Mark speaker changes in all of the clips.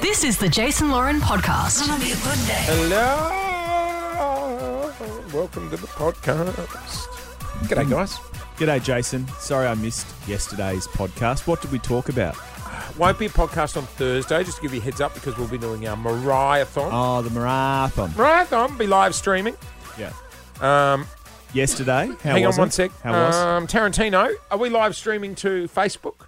Speaker 1: This is the Jason Lauren podcast.
Speaker 2: Hello. Welcome to the podcast. G'day, guys.
Speaker 3: G'day, Jason. Sorry I missed yesterday's podcast. What did we talk about?
Speaker 2: Won't be a podcast on Thursday, just to give you a heads up because we'll be doing our Mariathon.
Speaker 3: Oh, the marathon.
Speaker 2: Mariathon, be live streaming.
Speaker 3: Yeah.
Speaker 2: Um,
Speaker 3: Yesterday. How
Speaker 2: hang on
Speaker 3: was
Speaker 2: one
Speaker 3: it?
Speaker 2: sec.
Speaker 3: How was?
Speaker 2: Um, Tarantino, are we live streaming to Facebook?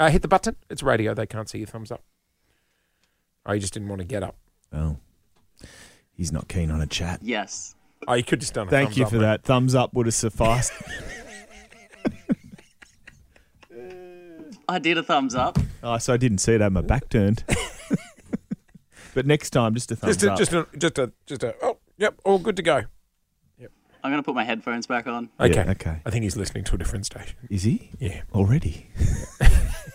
Speaker 2: Uh, hit the button. It's radio. They can't see your thumbs up. Oh, you just didn't want to get up.
Speaker 3: oh, he's not keen on a chat.
Speaker 4: Yes.
Speaker 2: Oh, you could just done a
Speaker 3: Thank
Speaker 2: thumbs
Speaker 3: you
Speaker 2: up,
Speaker 3: for
Speaker 2: mate.
Speaker 3: that. Thumbs up would have sufficed.
Speaker 4: I did a thumbs up.
Speaker 3: oh, so I didn't see it. I had my back turned. but next time, just a thumbs
Speaker 2: Just a,
Speaker 3: up.
Speaker 2: just a, just a, just a, oh, yep, all good to go.
Speaker 4: I'm going to put my headphones back on.
Speaker 2: Okay.
Speaker 3: Yeah, okay.
Speaker 2: I think he's listening to a different station.
Speaker 3: Is he
Speaker 2: Yeah.
Speaker 3: already?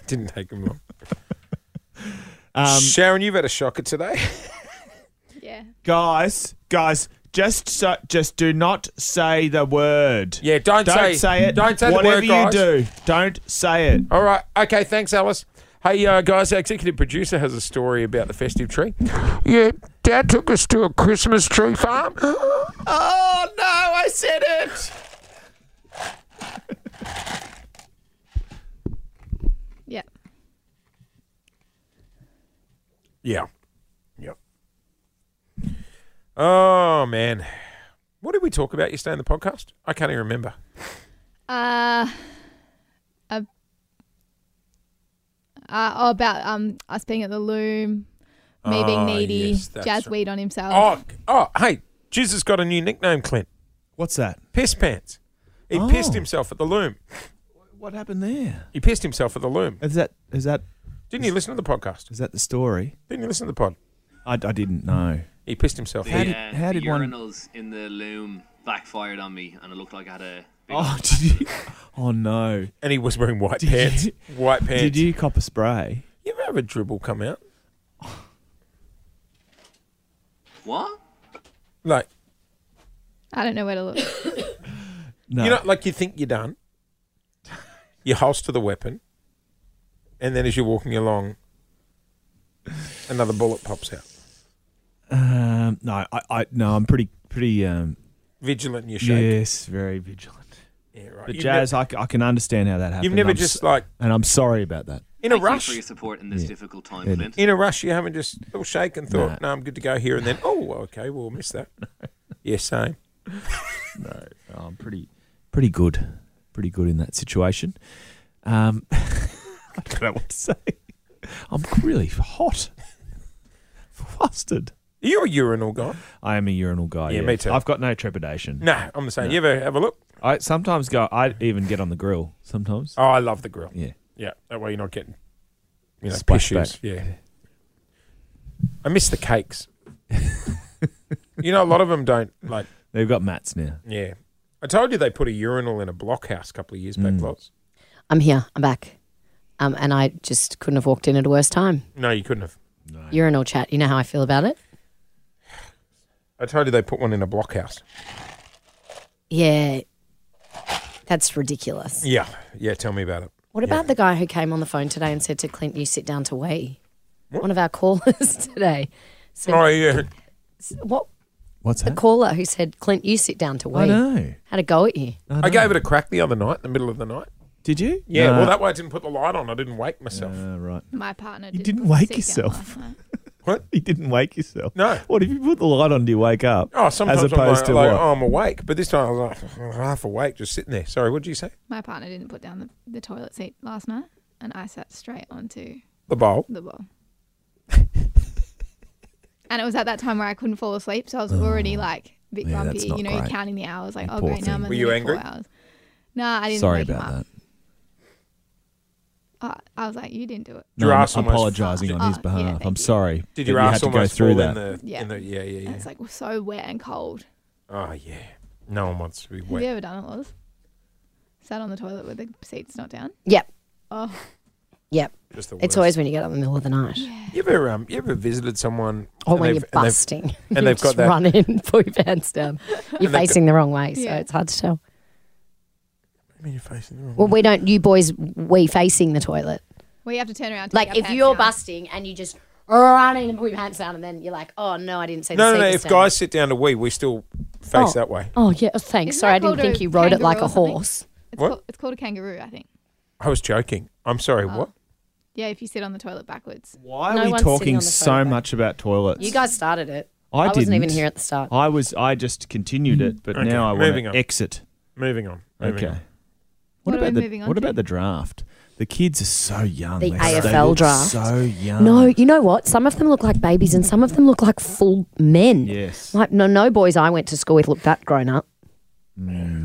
Speaker 2: Didn't take him long.
Speaker 3: Um,
Speaker 2: Sharon, you've had a shocker today.
Speaker 5: Yeah.
Speaker 3: guys, guys, just so, just do not say the word.
Speaker 2: Yeah, don't,
Speaker 3: Don't say, it.
Speaker 2: Don't say
Speaker 3: Whatever
Speaker 2: the word, guys.
Speaker 3: you do, don't say it.
Speaker 2: All right. Okay. Thanks, Alice. Hey, uh, guys, our executive producer has a story about the festive tree. Yeah, Dad took us to a Christmas tree farm.
Speaker 3: Oh no, I said it.
Speaker 5: Yeah.
Speaker 2: yeah. Yep. Oh, man. What did we talk about yesterday in the podcast? I can't even remember.
Speaker 5: Uh, a, uh, oh, about um us being at the loom, me
Speaker 2: Oh,
Speaker 3: Ah,
Speaker 5: being needy,
Speaker 2: yes, that's
Speaker 5: Jazz
Speaker 2: right.
Speaker 5: weed on himself.
Speaker 2: Oh, oh, hey, Jizz has got a new nickname, Clint.
Speaker 3: What's that?
Speaker 2: Piss Pants. He
Speaker 3: Oh.
Speaker 2: pissed himself at the loom.
Speaker 3: What happened there?
Speaker 2: He pissed himself at the loom.
Speaker 3: Is that is that
Speaker 2: Didn't you listen to the podcast?
Speaker 3: is that the story?
Speaker 2: Didn't you listen to the pod?
Speaker 3: I, I didn't know.
Speaker 2: He pissed himself.
Speaker 3: How
Speaker 4: The,
Speaker 3: did-
Speaker 4: uh,
Speaker 3: how
Speaker 4: the
Speaker 3: did one-
Speaker 4: urinals in the loom backfired on me, and it looked like I had a. Big
Speaker 3: Oh, did you? Oh no!
Speaker 2: and he was wearing white
Speaker 3: Did
Speaker 2: pants.
Speaker 3: you-
Speaker 2: white pants.
Speaker 3: Did you cop a spray?
Speaker 2: You ever have a dribble come out?
Speaker 4: What?
Speaker 2: Like
Speaker 5: I don't know where to look.
Speaker 3: No.
Speaker 2: you know, like you think you're done. You holster the weapon, and then as you're walking along, another bullet pops out.
Speaker 3: um, no, I, I, no, I'm pretty, pretty. Um,
Speaker 2: Vigilant in your shape.
Speaker 3: yes, very vigilant.
Speaker 2: Yeah, right.
Speaker 3: But
Speaker 2: You've
Speaker 3: jazz,
Speaker 2: ne-
Speaker 3: I c I I, can understand how that happened.
Speaker 2: you've never
Speaker 3: I'm
Speaker 2: just
Speaker 3: s-
Speaker 2: like
Speaker 3: and I'm sorry about that.
Speaker 2: in a
Speaker 4: Thank you
Speaker 2: rush.
Speaker 4: for your support in this difficult time,
Speaker 3: Yeah.
Speaker 4: Clint.
Speaker 2: In a rush, you haven't just little shake and thought,
Speaker 3: No.
Speaker 2: "No, I'm good to go here," and then, "Oh, okay, we'll miss that." yeah, same.
Speaker 3: No, Oh, I'm pretty, pretty good, pretty good in that situation. Um, I don't know what to say. I'm really hot, flustered.
Speaker 2: Are you a urinal guy?
Speaker 3: I am a urinal guy.
Speaker 2: Yeah, me too.
Speaker 3: I've got no trepidation.
Speaker 2: No, I'm the same. You ever have a look?
Speaker 3: I sometimes go. I even get on the grill sometimes.
Speaker 2: Oh, I love the grill.
Speaker 3: Yeah.
Speaker 2: Yeah, that way you're not getting you know
Speaker 3: Splash
Speaker 2: issues.
Speaker 3: back.
Speaker 2: Yeah. I miss the cakes. you know, a lot of them don't like.
Speaker 3: They've got mats now.
Speaker 2: Yeah, I told you they put a urinal in a blockhouse a couple of years
Speaker 3: Mm.
Speaker 2: back. Lots.
Speaker 6: I'm here. I'm back. Um, and I just couldn't have walked in at a worse time.
Speaker 2: No, you couldn't have.
Speaker 6: Urinal chat. You know how I feel about it?
Speaker 2: I told you they put one in a blockhouse.
Speaker 6: Yeah. That's ridiculous.
Speaker 2: Yeah, yeah. Tell me about it.
Speaker 6: What about the guy who came on the phone today and said to Clint, you sit down to wee? One of our callers today.
Speaker 2: Oh yeah,
Speaker 6: What?
Speaker 3: What's
Speaker 6: The
Speaker 3: that?
Speaker 6: caller who said, Clint, you sit down to
Speaker 3: I
Speaker 6: wee.
Speaker 3: know.
Speaker 6: Had a go at you.
Speaker 3: I, know.
Speaker 2: I gave it a crack the other night in the middle of the night.
Speaker 3: Did you?
Speaker 2: Yeah,
Speaker 3: No.
Speaker 2: well that way I didn't put the light on. I didn't wake myself.
Speaker 3: Ah, right.
Speaker 5: My partner.
Speaker 3: You
Speaker 5: did
Speaker 3: didn't
Speaker 5: put
Speaker 3: wake
Speaker 5: the seat down
Speaker 3: yourself.
Speaker 5: last night.
Speaker 2: What?
Speaker 3: You didn't wake yourself.
Speaker 2: No.
Speaker 3: What if you put the light on? Do you wake up?
Speaker 2: Oh, sometimes
Speaker 3: as opposed
Speaker 2: I'm like,
Speaker 3: to
Speaker 2: like,
Speaker 3: what?
Speaker 2: oh, I'm awake, but this time I was like I'm half awake, just sitting there. Sorry, what did you say?
Speaker 5: My partner didn't put down the, the toilet seat last night, and I sat straight onto
Speaker 2: The bowl.
Speaker 5: the bowl. and it was at that time where I couldn't fall asleep, so I was already like a bit
Speaker 3: Oh. Yeah, that's
Speaker 5: grumpy.
Speaker 3: not
Speaker 5: You know, you're
Speaker 3: great.
Speaker 5: counting the hours, like,
Speaker 3: You
Speaker 5: oh
Speaker 3: poor
Speaker 5: great, now I'm
Speaker 3: thing.
Speaker 5: on
Speaker 2: Were you angry?
Speaker 5: Four hours. No, I didn't.
Speaker 3: Sorry
Speaker 5: wake him
Speaker 3: about
Speaker 5: up.
Speaker 3: that.
Speaker 5: I, I was like, you didn't do it.
Speaker 3: No,
Speaker 2: Your
Speaker 3: I'm
Speaker 2: ass almost-
Speaker 3: apologising on his
Speaker 5: Oh, yeah,
Speaker 3: behalf.
Speaker 5: thank
Speaker 3: I'm
Speaker 5: you.
Speaker 3: sorry.
Speaker 2: Did
Speaker 3: that
Speaker 2: your
Speaker 3: you
Speaker 2: ass
Speaker 3: had to go
Speaker 2: almost
Speaker 3: through
Speaker 2: fall
Speaker 3: that?
Speaker 2: in the,
Speaker 5: Yeah.
Speaker 2: in the? Yeah, yeah,
Speaker 5: And
Speaker 2: yeah.
Speaker 5: it's like so wet and cold.
Speaker 2: Oh yeah. No one wants to be
Speaker 5: Have
Speaker 2: wet.
Speaker 5: you ever done it, Loz? Sat on the toilet with the seats not down.
Speaker 6: Yep.
Speaker 5: Oh,
Speaker 6: Yep.
Speaker 2: Just the
Speaker 6: It's
Speaker 2: worst.
Speaker 6: always when you get up in the middle of the night.
Speaker 2: You ever um you ever visited someone
Speaker 6: Or
Speaker 2: and
Speaker 6: when
Speaker 2: they've-
Speaker 6: you're
Speaker 2: and they've-
Speaker 6: busting.
Speaker 2: and
Speaker 6: you
Speaker 2: they've got
Speaker 6: just
Speaker 2: that-
Speaker 6: run in, put your pants down. You're
Speaker 2: got-
Speaker 6: facing the wrong way, so
Speaker 5: Yeah.
Speaker 6: it's hard to tell.
Speaker 2: I mean, you're facing the wrong
Speaker 6: Well, we don't, you boys, we facing the toilet.
Speaker 5: We have to turn around. to
Speaker 6: Like
Speaker 5: take our
Speaker 6: if
Speaker 5: pants
Speaker 6: you're
Speaker 5: down.
Speaker 6: busting and you just running and put your pants down, and then you're like, oh no, I didn't see.
Speaker 2: No,
Speaker 6: the
Speaker 2: no, no.
Speaker 6: seat
Speaker 2: If
Speaker 6: down.
Speaker 2: guys sit down to wee, we still face
Speaker 6: Oh.
Speaker 2: that way.
Speaker 6: Oh yeah, oh, thanks.
Speaker 5: Isn't
Speaker 6: Sorry,
Speaker 5: that
Speaker 6: I didn't
Speaker 5: called
Speaker 6: think
Speaker 5: a
Speaker 6: you rode it like a
Speaker 5: kangaroo or something?
Speaker 6: horse.
Speaker 5: it's,
Speaker 2: What?
Speaker 5: Called, it's called a kangaroo, I think.
Speaker 2: I was joking. I'm sorry.
Speaker 6: Oh.
Speaker 2: What?
Speaker 5: Yeah, if you sit on the toilet backwards.
Speaker 3: Why are
Speaker 6: No
Speaker 3: we
Speaker 6: one's sitting
Speaker 3: talking
Speaker 6: on the
Speaker 3: so
Speaker 6: toilet, mate.
Speaker 3: much about toilets?
Speaker 6: You guys started it.
Speaker 3: I
Speaker 6: wasn't even
Speaker 3: didn't.
Speaker 6: here at the start.
Speaker 3: I was. I just continued it, but
Speaker 2: Okay,
Speaker 3: now I want
Speaker 2: moving
Speaker 3: to
Speaker 2: on.
Speaker 3: exit.
Speaker 2: Moving on. Moving
Speaker 3: Okay.
Speaker 2: on.
Speaker 5: What are
Speaker 3: about
Speaker 5: we
Speaker 3: the
Speaker 5: moving on
Speaker 3: What
Speaker 5: to?
Speaker 3: about the draft? The kids are so young.
Speaker 6: The
Speaker 3: They- they
Speaker 6: AFL
Speaker 3: look
Speaker 6: draft.
Speaker 3: So young.
Speaker 6: No, you know what? Some of them look like babies, and some of them look like full men.
Speaker 3: Yes.
Speaker 6: Like no, no boys I went to school with looked that grown up.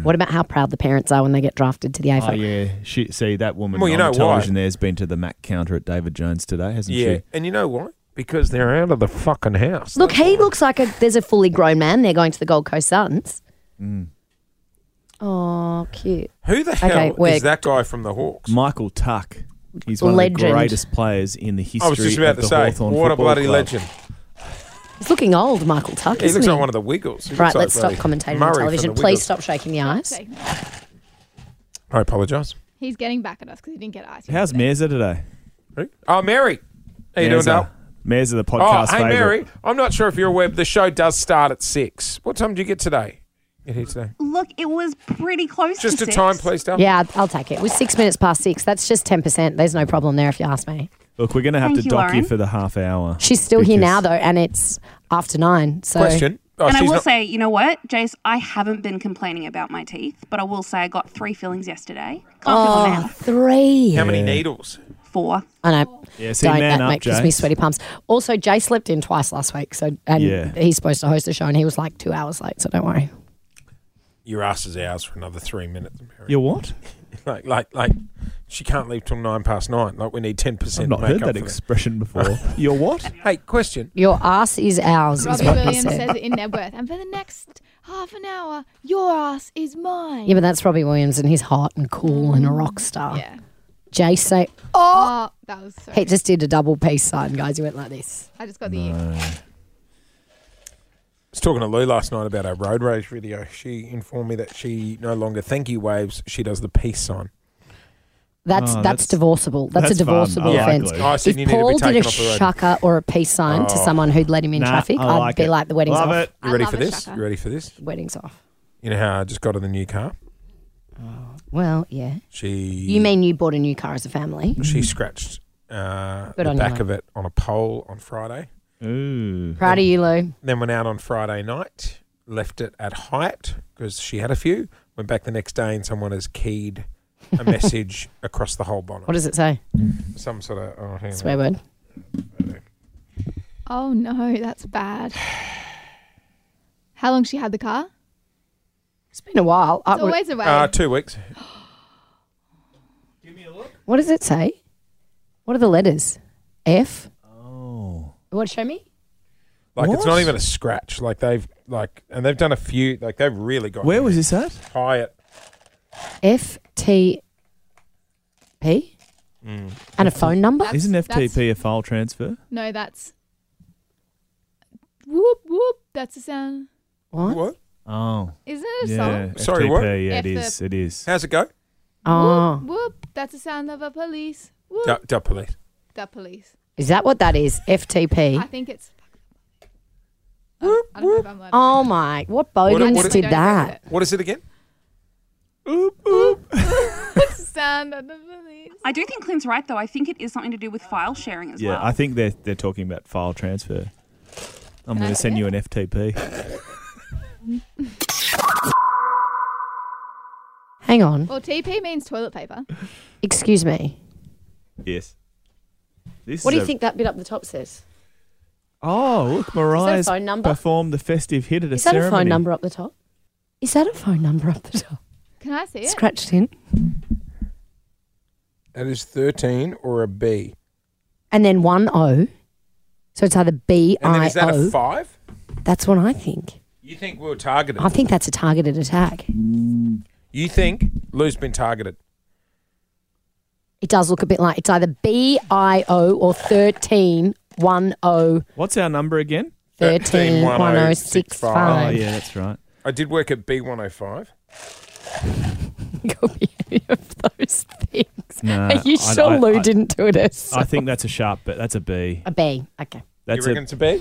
Speaker 6: What about how proud the parents are when they get drafted to the AFL?
Speaker 3: Oh yeah. She see that woman
Speaker 2: Well, you
Speaker 3: on
Speaker 2: know
Speaker 3: the
Speaker 2: why.
Speaker 3: television there's been to the Mac counter at David Jones today, hasn't
Speaker 2: Yeah.
Speaker 3: she?
Speaker 2: And you know why? Because they're out of the fucking house.
Speaker 6: Look, he looks like a there's a fully grown man. They're going to the Gold Coast Suns.
Speaker 3: Mm.
Speaker 6: Oh, cute.
Speaker 2: Who the hell
Speaker 6: we're-
Speaker 2: is that guy from the Hawks?
Speaker 3: Michael Tuck. He's one
Speaker 6: Legend.
Speaker 3: of the greatest players in the history
Speaker 2: I was just about
Speaker 3: of
Speaker 2: to
Speaker 3: the
Speaker 2: say,
Speaker 3: Hawthorn
Speaker 2: what a
Speaker 3: Football
Speaker 2: bloody
Speaker 3: Club.
Speaker 2: legend.
Speaker 6: He's looking old, Michael Tuck.
Speaker 2: He
Speaker 6: isn't
Speaker 2: looks
Speaker 6: he?
Speaker 2: like one of the Wiggles. He
Speaker 6: right,
Speaker 2: looks like
Speaker 6: let's stop
Speaker 2: bloody
Speaker 6: commentating
Speaker 2: Murray
Speaker 6: on
Speaker 2: from
Speaker 6: television.
Speaker 2: the
Speaker 6: Please
Speaker 2: Wiggles.
Speaker 6: stop shaking the eyes.
Speaker 5: Say-
Speaker 2: I apologise.
Speaker 5: He's getting back at us because he didn't get ice.
Speaker 3: How's
Speaker 5: yesterday.
Speaker 3: Meza today?
Speaker 2: Oh, Mary. How you doing, Dal?
Speaker 3: Meza, the
Speaker 2: Oh,
Speaker 3: podcast
Speaker 2: hey,
Speaker 3: favourite.
Speaker 2: Mary. I'm not sure if you're aware, but the show does start at six. What time did you get today? Get here today.
Speaker 7: Look, it was pretty close
Speaker 2: Just
Speaker 7: to
Speaker 2: a time,
Speaker 7: six.
Speaker 2: please, Dal.
Speaker 6: Yeah, I'll- I'll take it. We're six minutes past six. That's just ten percent. There's no problem there if you ask me.
Speaker 3: Look, we're going to have
Speaker 7: Thank
Speaker 3: to
Speaker 7: you,
Speaker 3: dock you
Speaker 7: Lauren.
Speaker 3: for the half hour.
Speaker 6: She's still here now
Speaker 3: because-
Speaker 6: though, and it's after nine. So
Speaker 2: Question. Oh,
Speaker 7: And I
Speaker 2: she's
Speaker 7: will
Speaker 2: not-
Speaker 7: say, you know what, Jace, I haven't been complaining about my teeth, but I will say I got three fillings yesterday. Can't
Speaker 3: Oh.
Speaker 7: feel them now.
Speaker 6: three.
Speaker 2: How many needles?
Speaker 7: Four.
Speaker 6: I know.
Speaker 3: Yeah, see,
Speaker 6: Don't
Speaker 3: man
Speaker 6: that
Speaker 3: up,
Speaker 6: make gives me
Speaker 3: Jace.
Speaker 6: sweaty palms. Also, Jay slept in twice last week, so and
Speaker 3: Yeah.
Speaker 6: he's supposed to host the show, and he was like two hours late. So don't worry.
Speaker 2: Your ass is ours for another three minutes, Mary.
Speaker 3: You're what?
Speaker 2: Like, like, like, she can't leave till nine past nine. Like, we need 10%
Speaker 3: I've not
Speaker 2: to make
Speaker 3: heard
Speaker 2: up
Speaker 3: that
Speaker 2: for
Speaker 3: expression before. You're what?
Speaker 2: that. Hey, question.
Speaker 6: Your ass is ours. Is
Speaker 5: Robbie
Speaker 6: what he
Speaker 5: Williams
Speaker 6: said.
Speaker 5: says it in Nebworth. And for the next half an hour, your ass is mine.
Speaker 6: Yeah, but that's Robbie Williams, and he's hot and cool and a rock star.
Speaker 5: Yeah.
Speaker 6: Jay say
Speaker 5: Oh, that was so.
Speaker 6: he just did a double peace sign, guys. He went like this.
Speaker 5: I just got the ear.
Speaker 2: I was talking to Lou last night about our road rage video. She informed me that she no longer thank you waves. She does the peace sign.
Speaker 6: That's
Speaker 3: Oh, that's-
Speaker 6: that's, divorceable. That's,
Speaker 3: that's
Speaker 6: a
Speaker 3: fun.
Speaker 6: divorceable
Speaker 3: I like
Speaker 6: offense.
Speaker 3: Lou.
Speaker 2: I said you
Speaker 6: if
Speaker 2: need to
Speaker 6: Paul
Speaker 2: be
Speaker 6: did
Speaker 2: taken
Speaker 6: a
Speaker 2: off the road.
Speaker 6: shucker or a peace sign to
Speaker 2: Oh.
Speaker 6: someone who'd let him in
Speaker 3: Nah,
Speaker 6: traffic,
Speaker 3: I
Speaker 6: I'd
Speaker 3: like
Speaker 6: be
Speaker 3: it.
Speaker 6: like the wedding's
Speaker 3: Love
Speaker 6: off.
Speaker 3: it.
Speaker 2: You ready
Speaker 5: love
Speaker 2: for
Speaker 5: a
Speaker 2: this?
Speaker 5: shocker.
Speaker 2: You ready for this?
Speaker 6: Wedding's off.
Speaker 2: You know how I just got her the new car?
Speaker 6: Well, yeah.
Speaker 2: She
Speaker 6: You mean you bought a new car as a family?
Speaker 2: she scratched uh,
Speaker 6: Mm. Good
Speaker 2: the
Speaker 6: on you,
Speaker 2: back
Speaker 6: mate.
Speaker 2: of it on a pole on Friday.
Speaker 3: Ooh.
Speaker 6: Proud of you, Lou.
Speaker 2: Then went out on Friday night, left it at height because she had a few. Went back the next day and someone has keyed a message across the whole bonnet.
Speaker 6: What does it say?
Speaker 2: Some sort of oh, hang on.
Speaker 6: Swear word.
Speaker 5: Oh no, that's bad. How long she had the car?
Speaker 6: It's been a while. I
Speaker 5: It's
Speaker 6: would-
Speaker 5: always away.
Speaker 2: Uh, two weeks.
Speaker 6: what does it say? What are the letters? F.
Speaker 3: Oh.
Speaker 6: You want to show me?
Speaker 2: Like it's not
Speaker 3: What?
Speaker 2: even a scratch. Like they've like and they've done a few. Like they've really got
Speaker 3: Where was this at?
Speaker 2: Hyatt.
Speaker 6: F T P
Speaker 3: Mm.
Speaker 6: and a phone number.
Speaker 3: Isn't
Speaker 5: That's-
Speaker 3: FTP a file transfer?
Speaker 5: no, that's. Whoop whoop. That's the sound.
Speaker 6: What?
Speaker 2: What?
Speaker 3: Oh.
Speaker 5: Isn't it a
Speaker 3: Yeah.
Speaker 5: song?
Speaker 2: Sorry,
Speaker 3: FTP,
Speaker 2: what?
Speaker 3: Yeah,
Speaker 5: F
Speaker 3: it
Speaker 5: the-
Speaker 3: is. It is.
Speaker 2: How's it go?
Speaker 6: Oh,
Speaker 5: Whoop whoop. That's the sound of a police. Whoop.
Speaker 2: Da, da police.
Speaker 5: The police.
Speaker 6: is that what that is?
Speaker 5: I
Speaker 6: FTP.
Speaker 5: think it's. I don't, I don't know if I'm allowed to-
Speaker 6: Oh my! What
Speaker 2: What-
Speaker 6: bogans
Speaker 2: what-
Speaker 6: did
Speaker 5: Don't
Speaker 6: that?
Speaker 5: say
Speaker 2: What is it again?
Speaker 5: it. Sound of the police.
Speaker 7: I do think Clint's right, though. I think it is something to do with file sharing as
Speaker 3: Yeah,
Speaker 7: well.
Speaker 3: I think they're, they're talking about file transfer. I'm
Speaker 5: I
Speaker 3: going to
Speaker 5: see
Speaker 3: send
Speaker 5: it?
Speaker 3: you an FTP.
Speaker 6: Hang on.
Speaker 5: Well, TP means toilet paper.
Speaker 6: Excuse me.
Speaker 3: yes. This
Speaker 6: What
Speaker 3: is
Speaker 6: do you
Speaker 3: a-
Speaker 6: think that bit up the top says?
Speaker 3: Oh, look, Mariah's
Speaker 6: phone number?
Speaker 3: performed the festive hit at a
Speaker 6: Is that a
Speaker 3: ceremony.
Speaker 6: phone number up the top? Is that a phone number up the top?
Speaker 5: Can I see it?
Speaker 6: Scratched in,
Speaker 2: That is thirteen or a B.
Speaker 6: and then one O. So it's either B
Speaker 2: And then
Speaker 6: I
Speaker 2: is that a
Speaker 6: O.
Speaker 2: five?
Speaker 6: That's what I think.
Speaker 2: You think we were targeted?
Speaker 6: I think that's a targeted attack.
Speaker 2: You think Lou's been targeted?
Speaker 6: It does look a bit like it's either B I O or thirteen one O
Speaker 3: What's our number again?
Speaker 6: thirteen one O six
Speaker 2: 131065.
Speaker 3: Oh,
Speaker 6: five.
Speaker 3: yeah, that's right.
Speaker 2: I did oh work at B one hundred five.
Speaker 6: Could be any of those things.
Speaker 3: Sharks. Nah,
Speaker 6: Are you
Speaker 3: I-
Speaker 6: sure
Speaker 3: I-
Speaker 6: Lou
Speaker 3: I-
Speaker 6: didn't do it? herself?
Speaker 3: I think that's a sharp, but that's a B.
Speaker 6: a B. Okay.
Speaker 3: That's
Speaker 2: you reckon
Speaker 3: a
Speaker 2: it's a bad?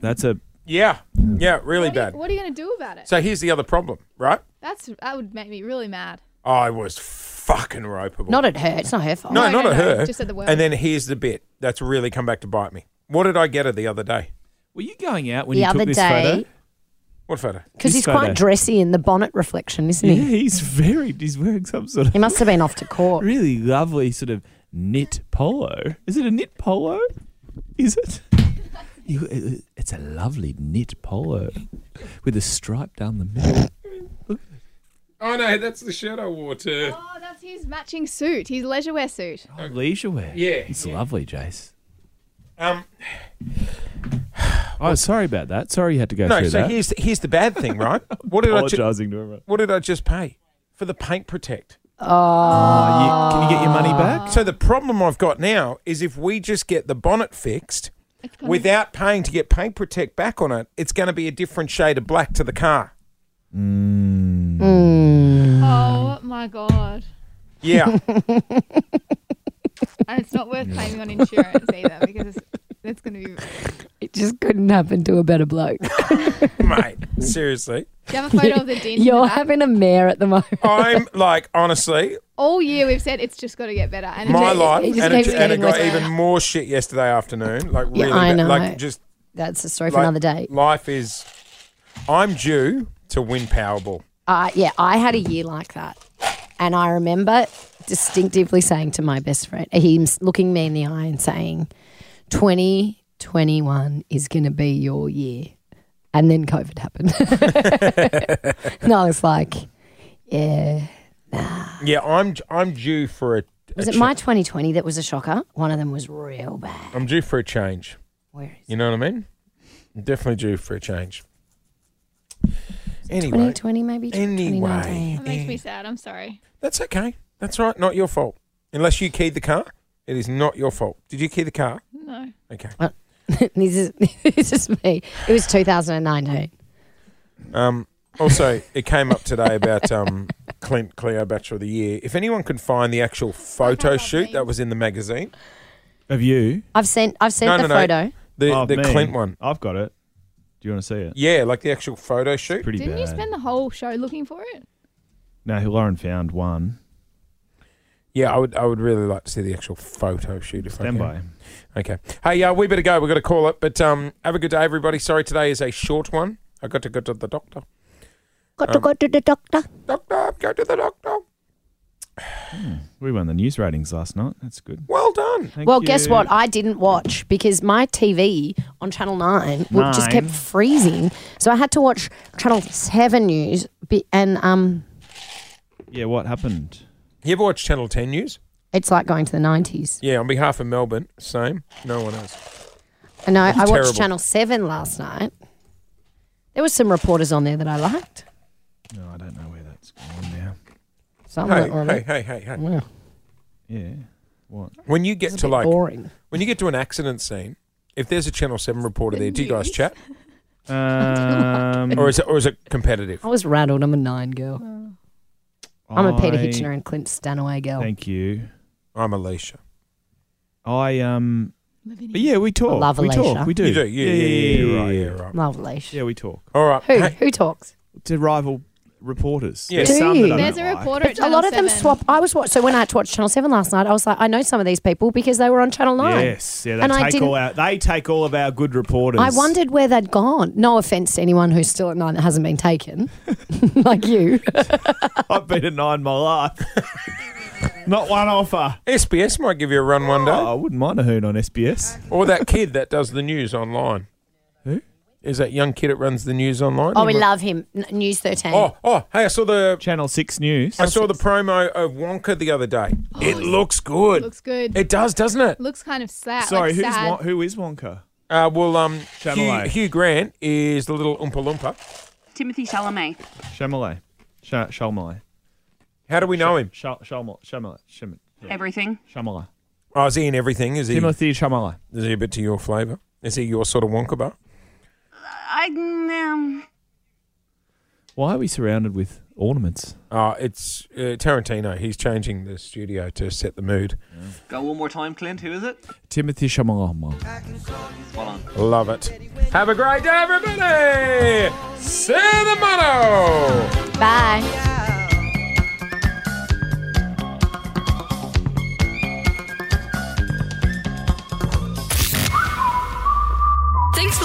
Speaker 3: that's a
Speaker 2: Yeah. Yeah, really
Speaker 5: what Are
Speaker 2: bad.
Speaker 5: you, what are you gonna do about it?
Speaker 2: So here's the other problem, right?
Speaker 5: That's that would make me really mad.
Speaker 2: I was fucking ropeable.
Speaker 6: Not at her. It's not her fault.
Speaker 2: no,
Speaker 5: No,
Speaker 2: not
Speaker 5: no,
Speaker 2: at
Speaker 5: no,
Speaker 2: her.
Speaker 5: just at the word.
Speaker 2: And then here's the bit that's really come back to bite me. What did I get her the other day?
Speaker 3: Were you going out when
Speaker 6: The
Speaker 3: you took
Speaker 6: other
Speaker 3: this
Speaker 6: day,
Speaker 3: photo?
Speaker 2: What photo?
Speaker 6: because
Speaker 3: This
Speaker 6: he's
Speaker 3: photo.
Speaker 6: quite dressy in the bonnet reflection, isn't
Speaker 3: Yeah,
Speaker 6: he?
Speaker 3: he's very. He's wearing some sort of
Speaker 6: He must have been off to court.
Speaker 3: really lovely sort of knit polo. Is it a knit polo? Is it? You, it- it's a lovely knit polo with a stripe down the middle.
Speaker 2: Oh no, that's the shirt I wore to.
Speaker 5: Oh, that's his matching suit, his leisure wear suit.
Speaker 3: Oh, leisure wear.
Speaker 2: Yeah,
Speaker 3: It's lovely, Jace.
Speaker 2: Um,
Speaker 3: Oh, sorry about that. Sorry you had to go
Speaker 2: no,
Speaker 3: through
Speaker 2: so
Speaker 3: that.
Speaker 2: here's here's the bad thing, right? What did I ju-
Speaker 3: Apologising to everyone.
Speaker 2: what did I just pay for the paint protect?
Speaker 3: Uh, you- can you get your money back?
Speaker 2: So the problem I've got now is if we just get the bonnet fixed without paying to get paint protect back on it, it's going to be a different shade of black to the car.
Speaker 5: Oh my god!
Speaker 2: Yeah,
Speaker 5: And it's not worth claiming on insurance either because it's, it's gonna be. Do
Speaker 6: It just couldn't happen to a better bloke.
Speaker 2: mate, seriously.
Speaker 5: you have a photo of the din? in the
Speaker 6: You're
Speaker 5: back?
Speaker 6: having a mare at the moment.
Speaker 2: I'm like, honestly,
Speaker 5: All year we've said it's just got to get better, and
Speaker 2: my
Speaker 5: it,
Speaker 2: life,
Speaker 6: it just
Speaker 2: and, it,
Speaker 6: keeps
Speaker 2: and it
Speaker 6: getting
Speaker 2: got
Speaker 6: worse.
Speaker 2: even more shit yesterday afternoon. Like
Speaker 6: Yeah,
Speaker 2: really,
Speaker 6: I
Speaker 2: bad.
Speaker 6: know.
Speaker 2: like just
Speaker 6: That's a story for
Speaker 2: like,
Speaker 6: another day.
Speaker 2: Life is. I'm due to win Powerball.
Speaker 6: Uh, yeah, I had a year like that. And I remember distinctively saying to my best friend, him looking me in the eye and saying, 2021 is going to be your year. And then COVID happened. and I was like, yeah.
Speaker 2: Yeah, I'm I'm due for a. a
Speaker 6: Was it
Speaker 2: cha-
Speaker 6: my 2020 that was a shocker? One of them was real bad.
Speaker 2: I'm due for a change.
Speaker 6: Where is
Speaker 2: You know what I mean? I'm definitely due for a change. Anyway,
Speaker 6: 2020 maybe?
Speaker 2: anyway,
Speaker 6: 2019.
Speaker 5: That makes me sad. I'm sorry.
Speaker 2: that's okay. That's right. Not your fault. Unless you keyed the car, it is not your fault. Did you key the car?
Speaker 5: No.
Speaker 2: Okay.
Speaker 6: this, is, this is me. It was 2019.
Speaker 2: Um, also, it came up today about um, Clint Cleo Bachelor of the Year. If anyone can find the actual photo shoot that was in the magazine,
Speaker 3: Have you?
Speaker 6: I've sent, I've sent
Speaker 2: No, no,
Speaker 6: the
Speaker 2: no.
Speaker 6: photo.
Speaker 2: the,
Speaker 3: Oh,
Speaker 2: the
Speaker 3: me.
Speaker 2: Clint one.
Speaker 3: I've got it. Do you want to see it?
Speaker 2: Yeah, like the actual photo shoot.
Speaker 3: Pretty
Speaker 5: Didn't
Speaker 3: bad.
Speaker 5: you spend the whole show looking for it?
Speaker 3: no, Lauren found one.
Speaker 2: Yeah, I would I would really like to see the actual photo shoot if
Speaker 3: Stand
Speaker 2: I can.
Speaker 3: by.
Speaker 2: Okay. Hey, uh, we better go. We've got to call it. But um, have a good day, everybody. Sorry, today is a short one. I got to go to the doctor.
Speaker 6: Got to
Speaker 2: Um,
Speaker 6: go to the doctor.
Speaker 2: Doctor, go to the doctor.
Speaker 3: We won the news ratings last night. That's good.
Speaker 2: Well done.
Speaker 3: Thank
Speaker 6: Well, guess
Speaker 3: you.
Speaker 6: what? I didn't watch because my TV on Channel 9 w just
Speaker 3: Nine.
Speaker 6: kept freezing. So I had to watch Channel 7 news. be- And um,
Speaker 3: Yeah, what happened?
Speaker 2: You ever watch Channel 10 News?
Speaker 6: it's like going to the 90s.
Speaker 2: Yeah, on behalf of Melbourne, same. No one else.
Speaker 6: And I, I
Speaker 2: Terrible.
Speaker 6: watched Channel 7 last night. There was some reporters on there that I liked.
Speaker 3: No, I don't know where that's going now.
Speaker 6: Some
Speaker 2: Hey,
Speaker 6: that were a
Speaker 2: hey,
Speaker 6: bit
Speaker 2: hey, hey, hey.
Speaker 3: Yeah. What?
Speaker 2: When you get to like,
Speaker 6: boring.
Speaker 2: when you get to an accident scene, if there's a Channel 7 reporter there, do you guys chat?
Speaker 3: Um,
Speaker 2: Or is it, or is it competitive?
Speaker 6: I was rattled. I'm a nine girl. I'm a Peter
Speaker 3: I-
Speaker 6: Hitchener and Clint Stanaway girl.
Speaker 3: Thank you.
Speaker 2: I'm Alicia.
Speaker 3: I um. But yeah, we talk.
Speaker 6: love
Speaker 3: we
Speaker 6: Alicia.
Speaker 3: talk. We do.
Speaker 2: You do? Yeah, yeah, yeah, yeah, right, yeah, right.
Speaker 6: Lovely.
Speaker 3: Yeah, we talk
Speaker 2: All right.
Speaker 6: Who,
Speaker 2: Hey,
Speaker 6: who talks?
Speaker 3: to rival reporters.
Speaker 2: Yeah.
Speaker 3: There's
Speaker 6: Do
Speaker 3: some that I
Speaker 6: you?
Speaker 3: don't
Speaker 5: There's a
Speaker 3: like.
Speaker 5: reporter at
Speaker 6: a
Speaker 5: Channel
Speaker 6: lot of them
Speaker 5: 7.
Speaker 6: swap. I was watch, so when I had to watch Channel Seven last night, I was like, I know some of these people because they were on Channel Nine.
Speaker 3: Yes, yeah, they
Speaker 6: And I
Speaker 3: take
Speaker 6: didn't-
Speaker 3: all our they take all of our good reporters.
Speaker 6: I wondered where they'd gone. No offense to anyone who's still at nine that hasn't been taken, like you.
Speaker 3: I've been a nine my life. Not one offer.
Speaker 2: SBS might give you a run one
Speaker 3: Oh,
Speaker 2: day.
Speaker 3: I wouldn't mind a hoon on SBS.
Speaker 2: Or that kid that does the news online.
Speaker 3: Who?
Speaker 2: Is that young kid that runs the news online?
Speaker 6: Oh, we
Speaker 2: He might-
Speaker 6: love him. N- News Thirteen.
Speaker 2: Oh, oh, hey, I saw the
Speaker 3: Channel Six News.
Speaker 2: I saw the promo of Wonka the other day. it
Speaker 6: Oh.
Speaker 2: looks good.
Speaker 5: Looks good.
Speaker 2: It does, doesn't it?
Speaker 5: looks kind of sad.
Speaker 3: Sorry,
Speaker 5: like
Speaker 3: who's
Speaker 5: sad.
Speaker 3: Won- who is Wonka?
Speaker 2: Uh, well, um,
Speaker 3: Channel
Speaker 2: Hugh,
Speaker 3: A.
Speaker 2: Hugh Grant is the little Oompa Loompa.
Speaker 7: Timothy Chalamet.
Speaker 3: Chamalay. Sha Shalmalay.
Speaker 2: How do we know him?
Speaker 3: Shal Shalmal Shamalay. Shim
Speaker 7: Everything.
Speaker 3: Shamalay.
Speaker 2: Oh, is he in everything? Is he?
Speaker 3: Timothy Shamalay.
Speaker 2: Is he a bit to your flavour? Is he your sort of Wonka bar?
Speaker 7: I um,
Speaker 3: Why are we surrounded with ornaments?
Speaker 2: Uh, it's uh, Tarantino. He's changing the studio to set the mood.
Speaker 4: Go one more time, Clint. Who is it?
Speaker 3: Timothy Shamalama.
Speaker 4: Spot on.
Speaker 2: Love it. Have a great day, everybody. See the motto.
Speaker 6: Bye.
Speaker 7: Thanks for